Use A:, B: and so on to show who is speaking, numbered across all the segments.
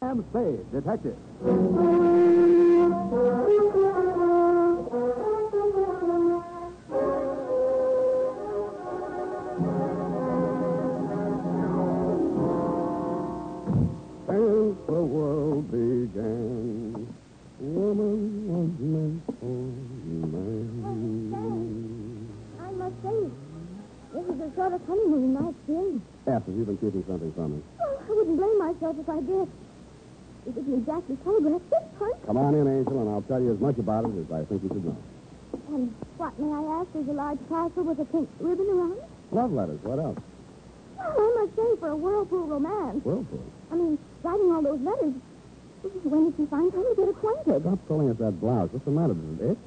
A: Sam Spade, detective. As the world began, woman was meant for
B: I must say, this is the sort of honeymoon I
A: man.
B: experienced.
A: After you've been keeping something from me.
B: Oh, I wouldn't blame myself if I did. It was an exactly photographed this time.
A: Come on in, Angel, and I'll tell you as much about it as I think you should know.
B: And what, may I ask, is a large parcel with a pink ribbon around it?
A: Love letters, what else?
B: Well, I must say, for a whirlpool romance,
A: Whirlpool.
B: I mean, writing all those letters, when did you find time to get acquainted?
A: Stop pulling at that blouse. What's the matter? Does it itch?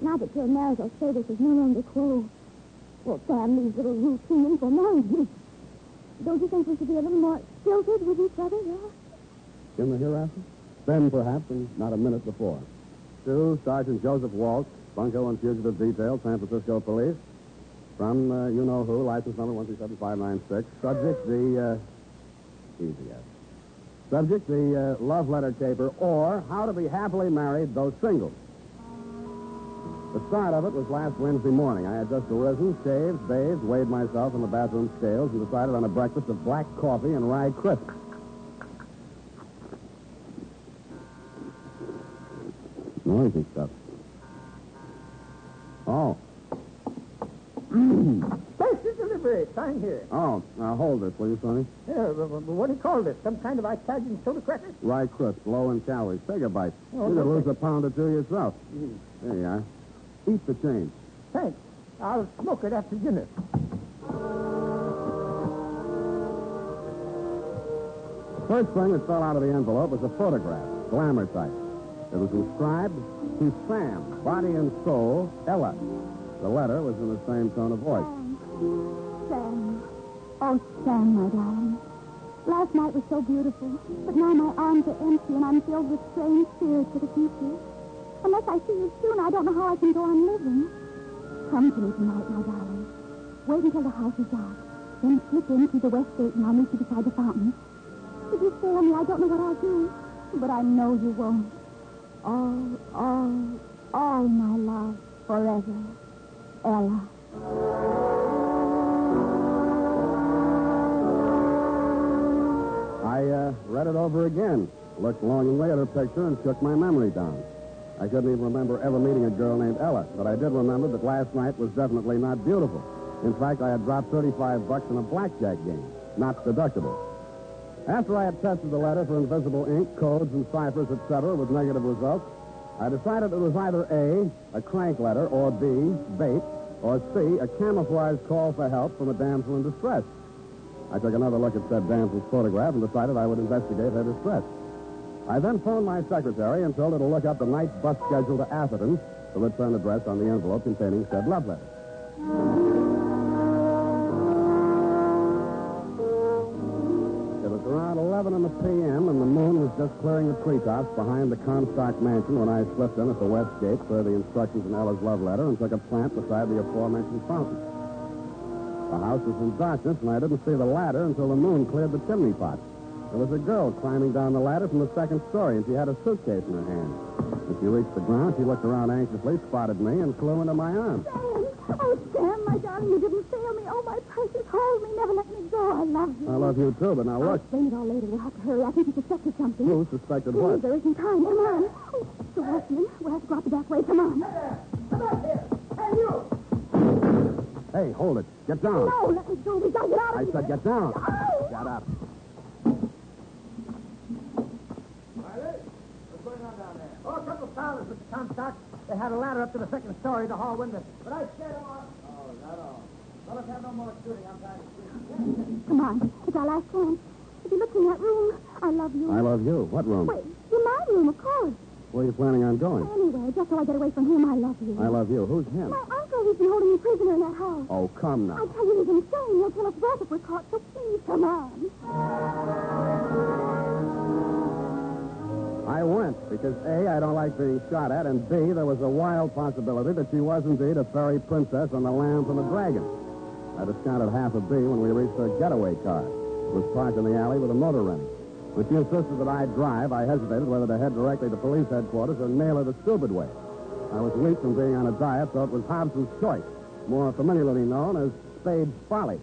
B: Now that your marital status is no longer quo, your family's little routine for marriage. Don't you think we should be a little more stilted with each other? Yeah?
A: In the hereafter? Then, perhaps, and not a minute before. To Sergeant Joseph Walsh, Bunko and Fugitive Detail, San Francisco Police. From uh, you know who, license number 137596. Subject the, uh, easy yes. Subject the uh, love letter taper or how to be happily married though single. The start of it was last Wednesday morning. I had just arisen, shaved, bathed, weighed myself on the bathroom scales, and decided on a breakfast of black coffee and rye crisps. Noisy stuff. Oh,
C: Postage delivery. Sign here.
A: oh, now hold this, will you, Sonny?
C: Yeah, wh- wh- what do you call this? Some kind of Italian soda cracker?
A: Rye crisp, low in calories. Take a bite.
C: Oh,
A: you could
C: okay.
A: lose a pound or two yourself. There you are. Eat the change.
C: Thanks. I'll smoke it after dinner.
A: First thing that fell out of the envelope was a photograph, glamour type. It was inscribed to Sam, body and soul, Ella. The letter was in the same tone of voice.
B: Sam. Sam. Oh, Sam, my darling. Last night was so beautiful, but now my arms are empty and I'm filled with strange fears for the future. Unless I see you soon, I don't know how I can go on living. Come to me tonight, my darling. Wait until the house is dark. Then slip in through the west gate and I'll meet you beside the fountain. If you fail me, I don't know what I'll do. But I know you won't. All, all, all my love, forever. Ella.
A: I uh, read it over again, looked longingly at her picture, and shook my memory down. I couldn't even remember ever meeting a girl named Ella, but I did remember that last night was definitely not beautiful. In fact, I had dropped 35 bucks in a blackjack game, not deductible. After I had tested the letter for invisible ink, codes, and ciphers, etc., with negative results, I decided it was either A, a crank letter, or B, bait, or C, a camouflaged call for help from a damsel in distress. I took another look at said damsel's photograph and decided I would investigate her distress. I then phoned my secretary and told her to look up the night bus schedule to Atherton, the return address on the envelope containing said love letter. It was around 11 in the p.m., and the moon was just clearing the treetops behind the Comstock Mansion when I slipped in at the west gate for the instructions in Ella's love letter and took a plant beside the aforementioned fountain. The house was in darkness, and I didn't see the ladder until the moon cleared the chimney pot. There was a girl climbing down the ladder from the second story, and she had a suitcase in her hand. When she reached the ground, she looked around anxiously, spotted me, and flew into my arms.
B: Sam! Oh, Sam, my darling, you didn't fail me. Oh, my precious, hold me, never let me go. I love you.
A: I love you too, but now
B: I'll
A: look.
B: explain it all later. We'll have to hurry. I think you suspected something.
A: Who suspected
B: Please,
A: what?
B: there isn't time. Come on. Oh, the watchman. We'll have to go out the back way. Come on.
C: Come out here. Hey, you.
A: Hey, hold it. Get down.
B: No, let me go. We gotta get out
A: Oh. I
B: of here.
A: said get down.
B: Oh.
A: Shut up.
C: Violet, what's going on down there? Oh, a couple of fowlers, Mr. Comstock. They had a ladder up to the second story, the hall window. But I scared them off. Oh, not all. Well, let's have no more shooting. I'm tired of shooting.
B: Come on. It's our last chance. If you look in that room, I love you.
A: I love you. What room?
B: Wait, in my room, of course.
A: Where are you planning on going?
B: Anyway, just so I get away from him, I love you.
A: I love you. Who's him?
B: My uncle, he's been holding me prisoner in that house.
A: Oh, come
B: I
A: now.
B: tell you, he's insane. He'll kill us both if we're caught, so please, come on.
A: I went because A, I don't like being shot at, and B, there was a wild possibility that she was indeed a fairy princess on the land from the dragon. I discounted half a B when we reached her getaway car. It was parked in the alley with a motor running. When she insisted that I drive, I hesitated whether to head directly to police headquarters or nail her the stupid way. I was weak from being on a diet, so it was Hobson's choice, more familiarly known as Spade's Folly.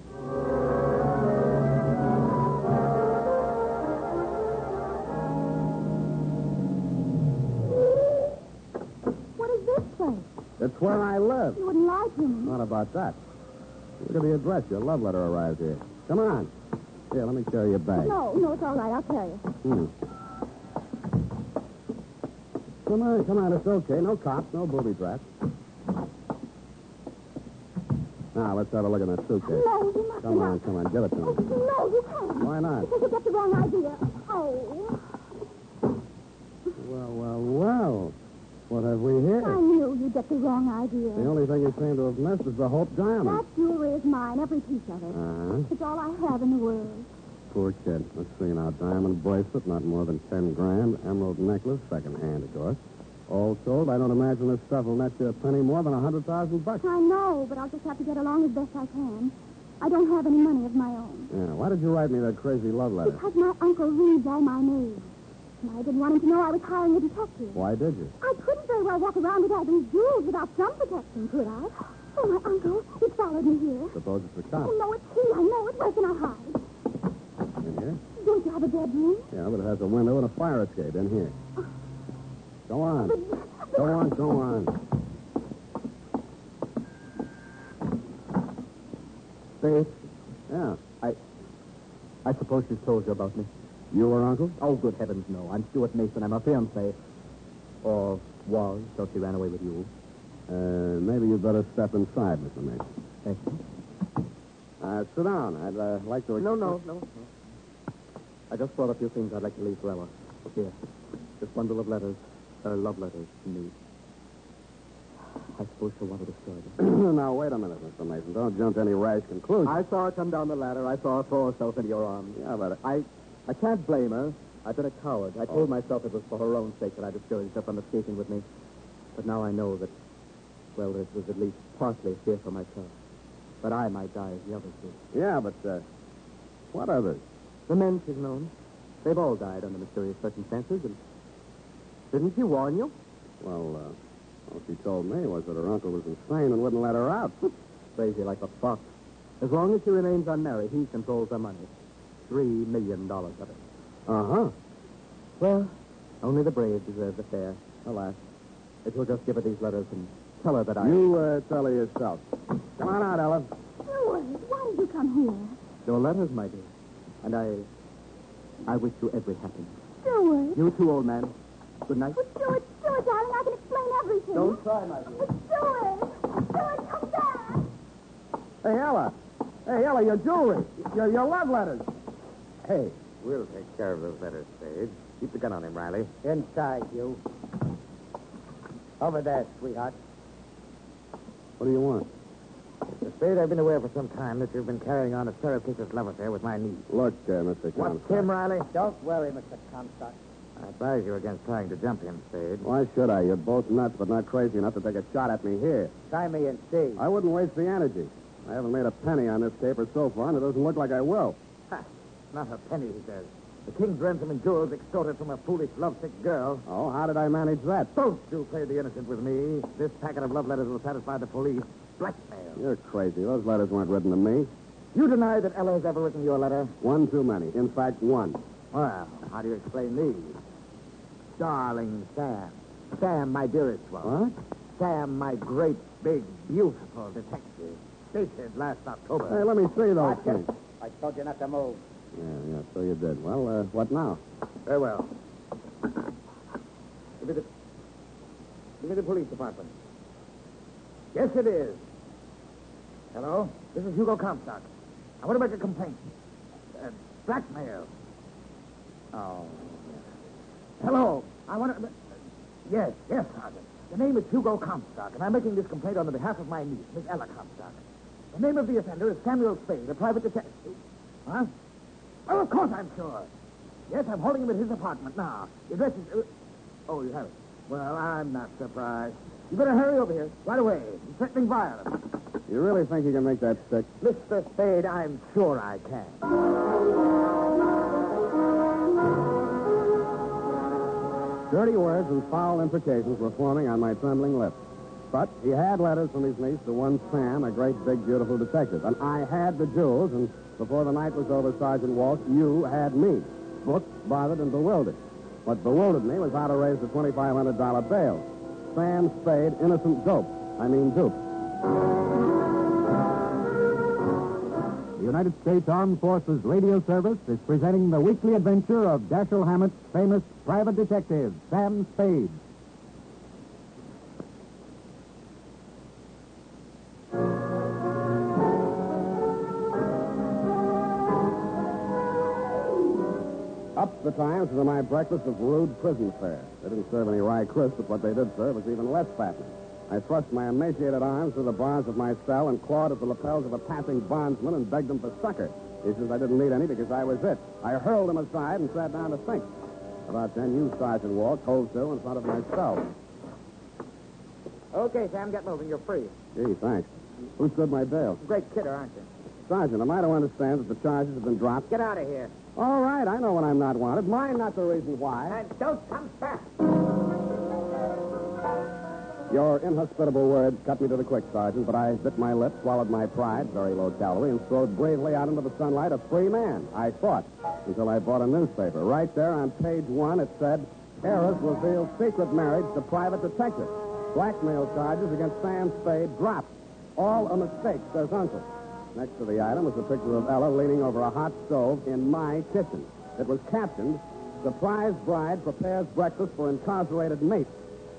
B: What is this place?
A: It's where I live.
B: You wouldn't lie to me.
A: Not about that. Look at the address. Your love letter arrived here. Come on. Here, let me carry your bag.
B: No, no, it's all right. I'll carry it.
A: Hmm. Come on, come on. It's okay. No cops, no booby traps. Now, let's have a look at that suitcase.
B: No, you mustn't.
A: Come on, come on. Give it to
B: Oh,
A: me.
B: no, you can't.
A: Why not?
B: Because you get the wrong idea. Oh,
A: Well, well, well. What have we
B: I
A: here?
B: knew you'd get the wrong idea.
A: The only thing you seem to have missed is the Hope
B: That
A: Diamond.
B: jewelry is mine, every piece of it.
A: Uh-huh.
B: It's all I have in the world.
A: Poor kid. Let's see now. Diamond bracelet, not more than ten grand. Emerald necklace, second hand, of course. All told, I don't imagine this stuff will net you a penny more than a hundred thousand bucks.
B: I know, but I'll just have to get along as best I can. I don't have any money of my own.
A: Yeah. Why did you write me that crazy love letter?
B: Because my uncle reads all my news. And I didn't want him to know I was hiring a detective.
A: Why did you?
B: I couldn't very well walk around with all these jewels without some protection, could I? Oh, my uncle, he followed me here.
A: Suppose it's a
B: Oh,
A: cop.
B: no, it's he. I know it. Where can I hide?
A: In here?
B: Don't you have a bedroom?
A: Yeah, but it has a window and a fire escape in here. Go on.
B: But-
A: Go on, go on.
D: Faith,
A: Yeah.
D: I suppose she's told you about me.
A: You were uncle?
D: Oh, good heavens, no. I'm Stuart Mason. I'm her fiancé. Or was, till she ran away with you.
A: Uh, maybe you'd better step inside, Mr. Mason.
D: Thank you.
A: Uh, sit down. I'd uh, like to...
D: No, no, no, no. I just brought a few things I'd like to leave for Ella. Here. This bundle of letters. Her love letters to me. I suppose she'll want to destroy them.
A: now, wait a minute, Mr. Mason. Don't jump to any rash conclusions.
D: I saw her come down the ladder. I saw her throw herself into your arms.
A: Yeah, but
D: I, I can't blame her. I've been a coward. I told myself it was for her own sake that I discouraged her from escaping with me. But now I know that, well, it was at least partly fear for myself. But I might die as the others did.
A: Yeah, but uh, what others?
D: The men she's known, they've all died under mysterious circumstances, and didn't she warn you?
A: Well, uh, all she told me was that her uncle was insane and wouldn't let her out.
D: Crazy like a fox. As long as she remains unmarried, he controls her money. Three million dollars of it.
A: Uh huh.
D: Well, only the brave deserve the fair. Alas, if you'll just give her these letters and tell her that I...
A: You uh, tell her yourself. Come on out, Ella.
B: Stuart, why did you come here?
D: Your letters, my dear. And I... I wish you every happiness.
B: Stuart.
D: You too, old man. Good night.
B: Well, Stuart, Stuart, darling, I can explain everything.
D: try, my dear.
B: It's Stuart. Stuart, come back.
A: Hey, Ella. Hey, Ella, your jewelry. Your, your love letters. Hey.
E: We'll take care of those letters, Sage. Keep the gun on him, Riley.
D: Inside, you.
E: Over there, sweetheart.
A: What do you want?
E: Mr. Spade, I've been aware for some time that you've been carrying on a surreptitious love affair with my niece.
A: Look, uh, Mr.
E: What's
A: Comstock.
E: him, Riley?
D: Don't worry, Mr. Comstock.
E: I advise you against trying to jump him, Spade.
A: Why should I? You're both nuts, but not crazy enough to take a shot at me here.
D: Try me and see.
E: Uh,
A: I wouldn't waste the energy. I haven't made a penny on this caper so far, and it doesn't look like I will.
E: Ha! Not a penny, he says. The king's ransom and jewels extorted from a foolish, lovesick girl.
A: Oh, how did I manage that?
E: Don't you play the innocent with me. This packet of love letters will satisfy the police. Blackmail.
A: You're crazy. Those letters weren't written to me.
E: You deny that Ella has ever written you a letter?
A: One too many. In fact, one.
E: Well, how do you explain these? Darling Sam. Sam, my dearest
A: What?
E: one. Sam, my great, big, beautiful detective, stated last
A: Hey,
E: October.
A: let me see those things.
D: I told you not to move.
A: Yeah, yeah, so you did. Well, uh, what now?
E: Very well. Give me, the, give me the police department. Yes, it is. Hello? This is Hugo Comstock. I want to make a complaint. Uh, blackmail. Oh. Hello? I want to... uh, Yes, yes, Sergeant. The name is Hugo Comstock, and I'm making this complaint on the behalf of my niece, Miss Ella Comstock. The name of the offender is Samuel Spade, a private detective. Huh? Well, Oh, of course I'm sure. Yes, I'm holding him at his apartment now. The address is... uh, oh, you have it. Well, I'm not surprised. You better hurry over here right away. He's threatening violence.
A: You really think you can make that stick?
E: Mr. Spade, I'm sure I can.
A: Dirty words and foul imprecations were forming on my trembling lips. But he had letters from his niece to one Sam, a great, big, beautiful detective. And I had the jewels, and before the night was over, Sergeant Walsh, you had me. Booked, bothered, and bewildered. What bewildered me was how to raise the $2,500 bail. Sam Spade, innocent dope. I mean, dupe. The United States Armed Forces Radio Service is presenting the weekly adventure of Dashiell Hammett's famous private detective, Sam Spade. Up the times for my breakfast of rude prison fare. They didn't serve any rye crisp, but what they did serve was even less fattening. I thrust my emaciated arms through the bars of my cell and clawed at the lapels of a passing bondsman and begged him for succor. He says I didn't need any because I was it. I hurled him aside and sat down to think. About then, you, Sergeant Wall, told to in front of my cell.
E: Okay, Sam, get moving. You're free.
A: Gee, thanks. Who stood my bail?
E: Great kidder, aren't you?
A: Sergeant, am I to understand that the charges have been dropped?
E: Get out of here.
A: All right, I know when I'm not wanted. Mine not the reason why.
E: And don't come back.
A: Your inhospitable words cut me to the quick, Sergeant, but I bit my lip, swallowed my pride, very low calorie, and strode bravely out into the sunlight a free man. I fought until I bought a newspaper. Right there on page one, it said, Harris reveals secret marriage to private detective. Blackmail charges against Sam Spade dropped. All a mistake, says Uncle. Next to the item was a picture of Ella leaning over a hot stove in my kitchen. It was captioned, Surprise Bride Prepares Breakfast for Incarcerated Mate.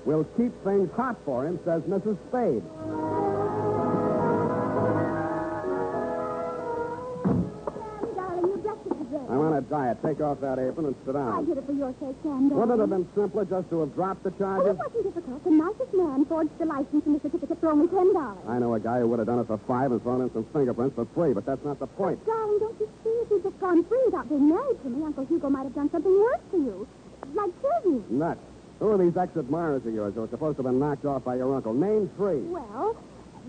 A: We'll keep things hot for him, says Mrs. Spade.
B: Sam, darling, you dressed it today.
A: I'm on a diet. Take off that apron and sit
B: I
A: down.
B: did it for your sake, Sam, darling.
A: Wouldn't it have been simpler just to have dropped the
B: Well, it
A: charges?
B: wasn't difficult. The nicest man forged the license and the certificate for only ten dollars.
A: I know a guy who would have done it for five and thrown in some fingerprints for free, but that's not the point.
B: Darling, don't you see? If you'd just gone free without being married to me, Uncle Hugo might have done something worse to you. Like kill you.
A: Nuts. Who are these ex admirers of yours who are supposed to have been knocked off by your uncle? Name three.
B: Well,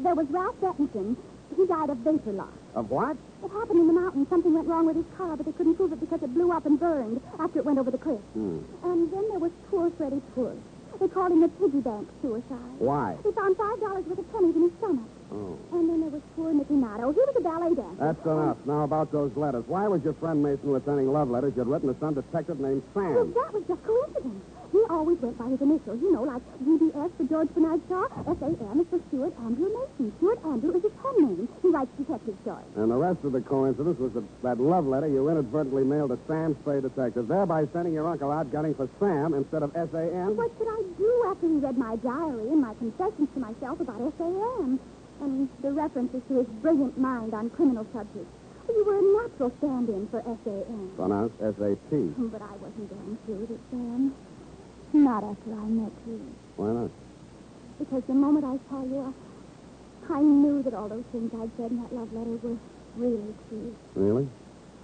B: there was Ralph Bettington. He died of vapor loss.
A: Of what?
B: It happened in the mountains. Something went wrong with his car, but they couldn't prove it because it blew up and burned after it went over the cliff.
A: Hmm.
B: And then there was poor Freddie Poor. They called him the piggy bank suicide.
A: Why?
B: He found five dollars worth of pennies in his stomach.
A: Oh.
B: And then there was poor Nicky Nato. He was a ballet dancer.
A: That's enough. Now about those letters. Why was your friend Mason returning love letters you'd written to some detective named
B: Well,
A: Sam?
B: that was just coincidence. He always went by his initials, you know, like GBS for George Bernard Shaw, SAM is for Stuart Andrew Mason. Stuart Andrew is his pen name. He writes detective stories.
A: And the rest of the coincidence was that, that love letter you inadvertently mailed to Sam Spade Detective, thereby sending your uncle out gunning for Sam instead of S-A-M?
B: What should I do after he read my diary and my confessions to myself about SAM and the references to his brilliant mind on criminal subjects? Well, you were a natural stand-in for SAM.
A: Pronounced S-A-T.
B: But I wasn't going through with it, Sam. Not after I met you.
A: Why not?
B: Because the moment I saw you, I, I knew that all those things I'd said in that love letter were really true.
A: Really?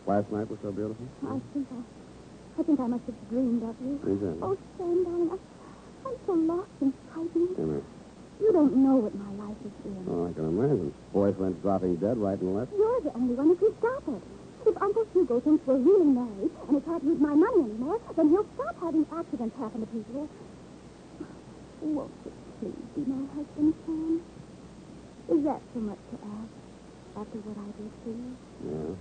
A: Last night was so beautiful?
B: I think I, I think I must have dreamed of you.
A: You did.
B: Oh, Sam, darling, I, I'm so lost and frightened.
A: Come here.
B: You don't know what my life has been.
A: Oh, I can imagine. Boyfriend dropping dead right and left.
B: You're the only one who can stop it. If Uncle Hugo thinks we're really married and he can't use my money anymore, then he'll stop having accidents happen to people. Won't you please be my husband, Sam? Is that so much to ask after what I did for you?
A: Yeah.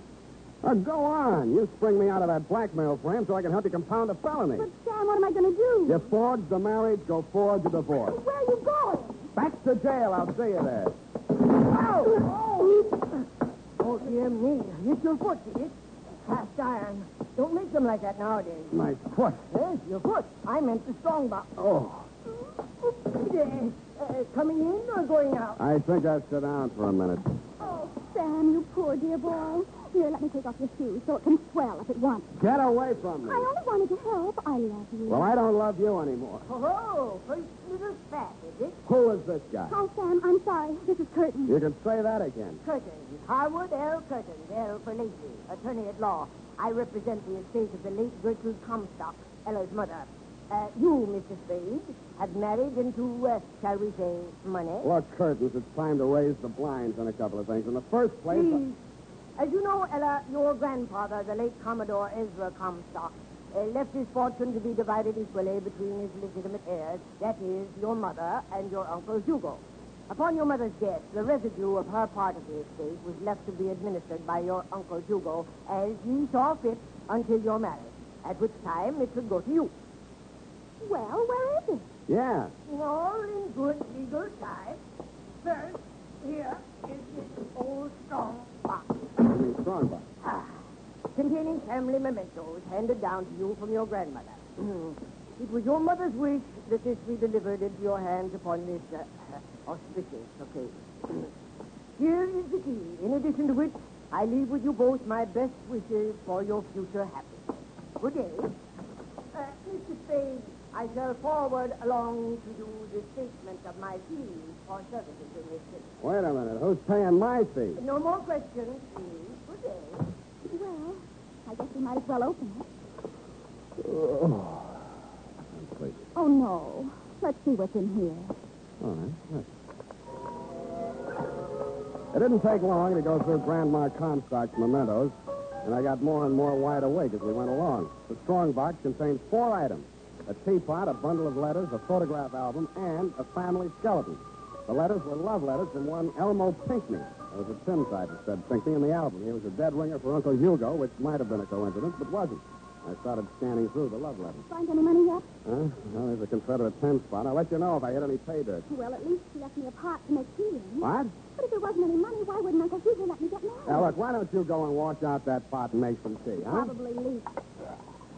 A: Oh, go on. You spring me out of that blackmail frame so I can help you compound a felony.
B: But, Sam, what am I going to do?
A: You forged the marriage, go forge a divorce.
B: Where are you going?
A: Back to jail. I'll see you there.
F: Oh, dear me. It's your foot, see it? Cast iron. Don't make them like that nowadays.
A: My foot.
F: Yes, your foot. I meant the strong box.
A: Oh.
F: Uh, coming in or going out?
A: I think I'll sit down for a minute.
B: Oh, Sam, you poor dear boy. Here, let me take off your shoes so it can swell if it wants.
A: Get away from
B: I
A: me.
B: only wanted to help. I love you.
A: Well, I don't love you anymore.
F: Oh, first little spat, is it?
A: Who is this guy?
B: Hi, Sam. I'm sorry. This is Curtin.
A: You can say that again.
F: Curtin. Harwood L. Curtin, L for Lacey, attorney at law. I represent the estate of the late Gertrude Comstock, Ella's mother. Uh, you, Mr. Spade, have married into, uh, shall we say, money?
A: Look, curtains, it's time to raise the blinds on a couple of things. In the first
F: Hmm.
A: place, uh,
F: Please. As you know, Ella, your grandfather, the late Commodore Ezra Comstock, uh, left his fortune to be divided equally between his legitimate heirs, that is, your mother and your uncle Hugo. Upon your mother's death, the residue of her part of the estate was left to be administered by your uncle Hugo as he saw fit until your marriage, at which time it should go to you.
B: Well, where is it?
A: Yeah.
F: All in good legal time. First, here is this old strong box.
A: You mean strong box.
F: Ah, containing family mementos handed down to you from your grandmother. it was your mother's wish that this be delivered into your hands upon this uh, uh, auspicious occasion. Here is the key, in addition to which I leave with you both my best wishes for your future happiness. Good day. Uh, Mr. Spade, I shall forward along to you the statement of my fees for services in this city.
A: Wait a minute. Who's paying my fee?
F: No more questions, please. Good day.
B: Well, I guess we might as well open it.
A: Oh. I'm crazy.
B: Oh, no. Let's see what's in here.
A: All right. look. It didn't take long to go through Grandma Comstock's mementos, and I got more and more wide awake as we went along. The strong box contains four items a teapot, a bundle of letters, a photograph album, and a family skeleton. The letters were love letters from one Elmo Pinckney. There was a tin type that said Pinckney in the album. He was a dead ringer for Uncle Hugo, which might have been a coincidence, but wasn't. I started scanning through the love letters.
B: Find any money yet?
A: Huh? Well, there's a Confederate ten spot. I'll let you know if I hit any pay dirt.
B: Well, at least he left me a pot to make tea in.
A: What?
B: But if there wasn't any money, why wouldn't Uncle Hugo let me get married?
A: Now, look, why don't you go and wash out that pot and make some tea, huh?
B: Probably leak.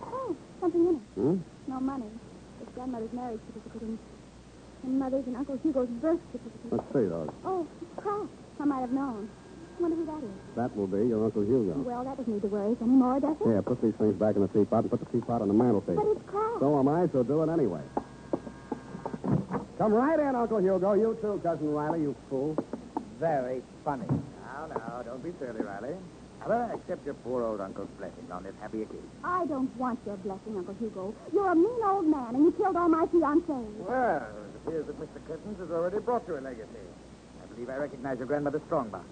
B: Oh, something in it.
A: Hmm?
B: No money. His grandmother's marriage certificate and, and mother's and Uncle Hugo's birth certificate.
A: Let's see those.
B: Oh, it's cracked. I might have known. I wonder who that is.
A: That will be your Uncle Hugo.
B: Well, that doesn't need to worry us anymore, does it?
A: Yeah, put these things back in the teapot and put the teapot on the
B: But
A: mantelpiece.
B: it's cracked.
A: So am I, so do it anyway. Come right in, Uncle Hugo. You too, Cousin Riley, you fool.
E: Very funny. Now, now, don't be silly, Riley. Ella, accept your poor old uncle's blessing on this happy occasion.
B: I don't want your blessing, Uncle Hugo. You're a mean old man, and you killed all my fiancés.
E: Well, it appears that Mr. Curtins has already brought you a legacy. I believe I recognize your grandmother's strongbox.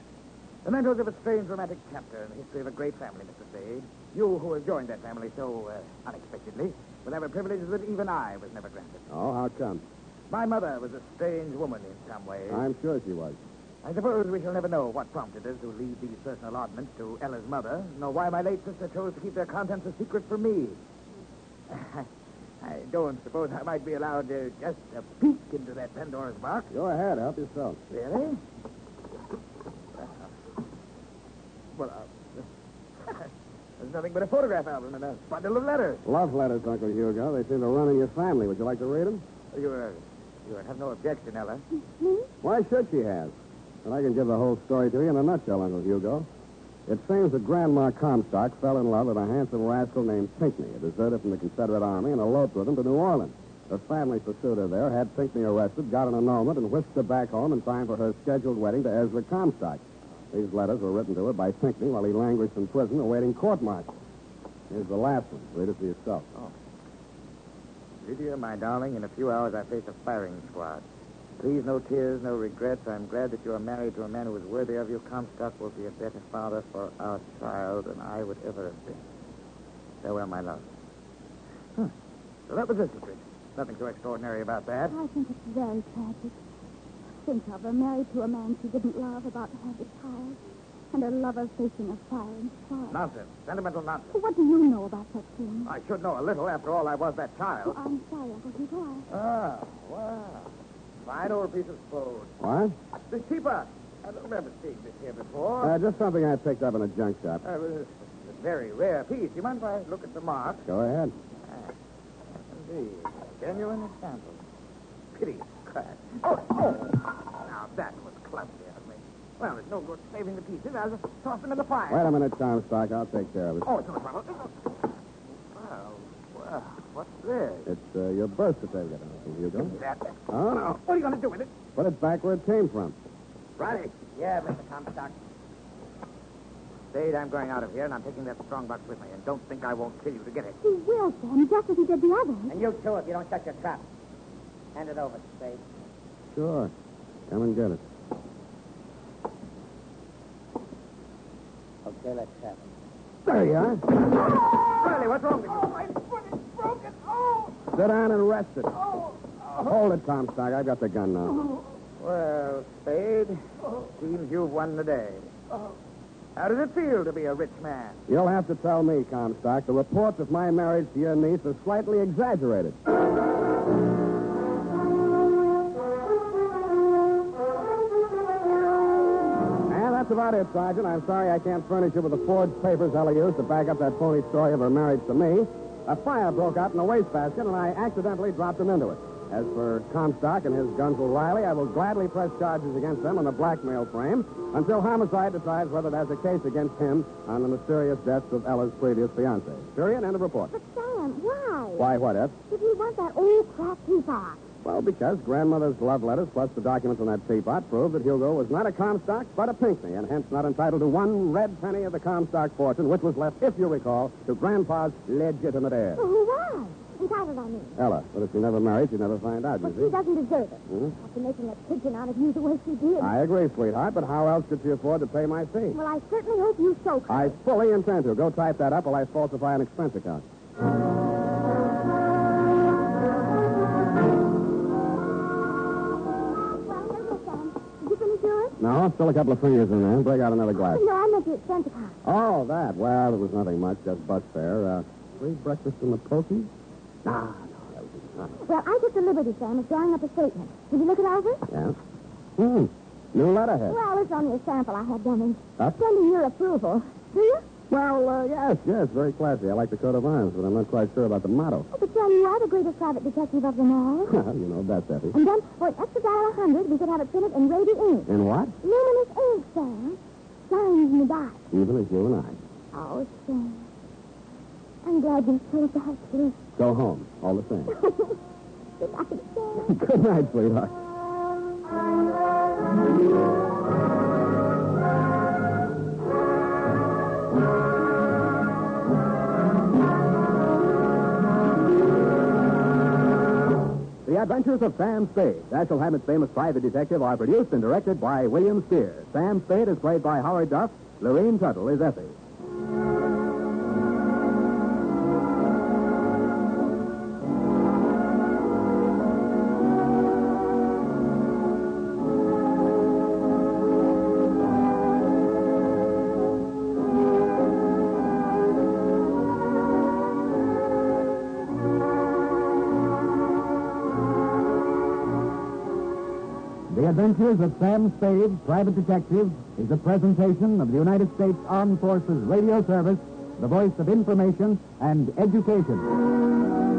E: Mementos of a strange romantic chapter in the history of a great family, Mr. Spade. You, who have joined that family so uh, unexpectedly, will have a privilege that even I was never granted.
A: Oh, how come?
E: My mother was a strange woman in some ways.
A: I'm sure she was.
E: I suppose we shall never know what prompted us to leave these personal oddments to Ella's mother, nor why my late sister chose to keep their contents a secret from me. I don't suppose I might be allowed uh, just a peek into that Pandora's box.
A: Go ahead, help yourself.
E: Really? Well, uh, there's nothing but a photograph album and a bundle of letters.
A: Love letters, Uncle Hugo. They seem to run in your family. Would you like to read them?
E: You, uh, you have no objection, Ella.
A: Why should she have? And I can give the whole story to you in a nutshell, Uncle Hugo. It seems that Grandma Comstock fell in love with a handsome rascal named Pinckney, a deserter from the Confederate Army, and eloped with him to New Orleans. Her family pursued her there, had Pinckney arrested, got an annulment, and whisked her back home in time for her scheduled wedding to Ezra Comstock. These letters were written to her by Pinckney while he languished in prison awaiting court martial. Here's the last one. Read it for yourself.
E: Lydia, my darling, in a few hours I face a firing squad. Please, no tears, no regrets. I'm glad that you are married to a man who is worthy of you. Comstock will be a better father for our child than I would ever have been. Farewell, my love. Huh. So that was the secret. Nothing so extraordinary about that.
B: I think it's very tragic. Think of her married to a man she didn't love, about to have a child, and her lover facing a firing squad.
E: Nonsense. Sentimental nonsense.
B: What do you know about such things?
E: I should know a little. After all, I was that
B: Oh,
E: child.
B: I'm sorry, Uncle Hugo. I...
E: Ah, wow. Fine old piece of clothes.
A: What?
E: This teapot. I don't remember seeing this here before.
A: Uh, just something I picked up in a junk shop.
E: Uh, well, it's a very rare piece. You mind if I look at the mark?
A: Go ahead.
E: Indeed. Genuine example. Pity crack. Oh, oh! Now, that was clumsy of me. Well, it's no good saving the pieces. I'll just toss them in the fire.
A: Wait a minute, Comstock. I'll take care of it.
E: Oh, it's no trouble. It's no- Well, well, what's this?
A: It's uh, your birth certificate, Uncle Hugo.
E: That.
A: Oh, no.
E: What are you going to do with it?
A: Put it back where it came from.
E: Riley. Yeah, Mr. Comstock. Spade, I'm going out of here, and I'm taking that strong box with me. And don't think I won't kill you to get it.
B: He will, Sam, just as he did the others.
C: And you, too, if you don't shut your trap. Hand it over, Spade.
A: Sure. Come and get it.
C: Okay, let's have it.
A: There you are.
E: Riley, what's wrong with you? Oh, my foot! Oh!
A: Sit down and rest it.
F: Oh,
A: Hold it, Comstock. I've got the gun now.
E: Well, Spade, seems you've won the day. Oh. How does it feel to be a rich man?
A: You'll have to tell me, Comstock. The reports of my marriage to your niece are slightly exaggerated. And that's about it, Sergeant. I'm sorry I can't furnish you with the forged papers Ella used to back up that phony story of her marriage to me. A fire broke out in the wastebasket, and I accidentally dropped them into it. As for Comstock and his guns with Riley, I will gladly press charges against them on the blackmail frame until homicide decides whether there's a case against him on the mysterious deaths of Ella's previous fiancé. Period. End of report.
B: But, Sam, why?
A: Why, what, Ed?
B: Did he want that old cracked teapot?
A: Well, because grandmother's love letters plus the documents on that teapot prove that Hugo was not a Comstock, but a Pinckney, and hence not entitled to one red penny of the Comstock fortune, which was left, if you recall, to Grandpa's legitimate heir.
B: Well, who was? Entitled, I mean.
A: Ella. But if she never married, she'd never find out,
B: But
A: you
B: she
A: see.
B: doesn't deserve it.
A: Hmm?
B: After making a pigeon out of you the way she did.
A: I agree, sweetheart, but how else could she afford to pay my fee?
B: Well, I certainly hope you so.
A: I fully intend to. Go type that up while I falsify an expense account.
B: Well, here you go, Sam. You can do it?
A: No, still a couple of fingers in there. Break out another glass.
B: No, I meant the expense account.
A: Oh, that. Well, it was nothing much, just bus fare. Uh, free breakfast and the pokies? Nah, no, that was not.
B: Well, I took the liberty, Sam, of drawing up a statement. Did you look it over?
A: Yeah? Hmm. New letterhead.
B: Well, it's only a sample I had done in
A: Huh?
B: pending your approval. Do you?
A: Well, uh, yes, yes, very classy. I like the coat of arms, but I'm not quite sure about the motto.
B: Oh, but Sam, you are the greatest private detective of them all.
A: Well, you know that's Effie.
B: And then, for an extra dollar a hundred, we could have it printed in Raby ink.
A: And what?
B: Luminous ink, Sam. Shines in the dark.
A: Even as you and I.
B: Oh, Sam. I'm glad you told that, please.
A: Go home, all the same.
B: Good night, Sam.
A: Good night, sweetheart. The Adventures of Sam Spade, Dashiell Hammett's famous private detective, are produced and directed by William Steer. Sam Spade is played by Howard Duff. Lorraine Tuttle is Effie. The Adventures of Sam Spade, Private Detective, is a presentation of the United States Armed Forces Radio Service, the voice of information and education.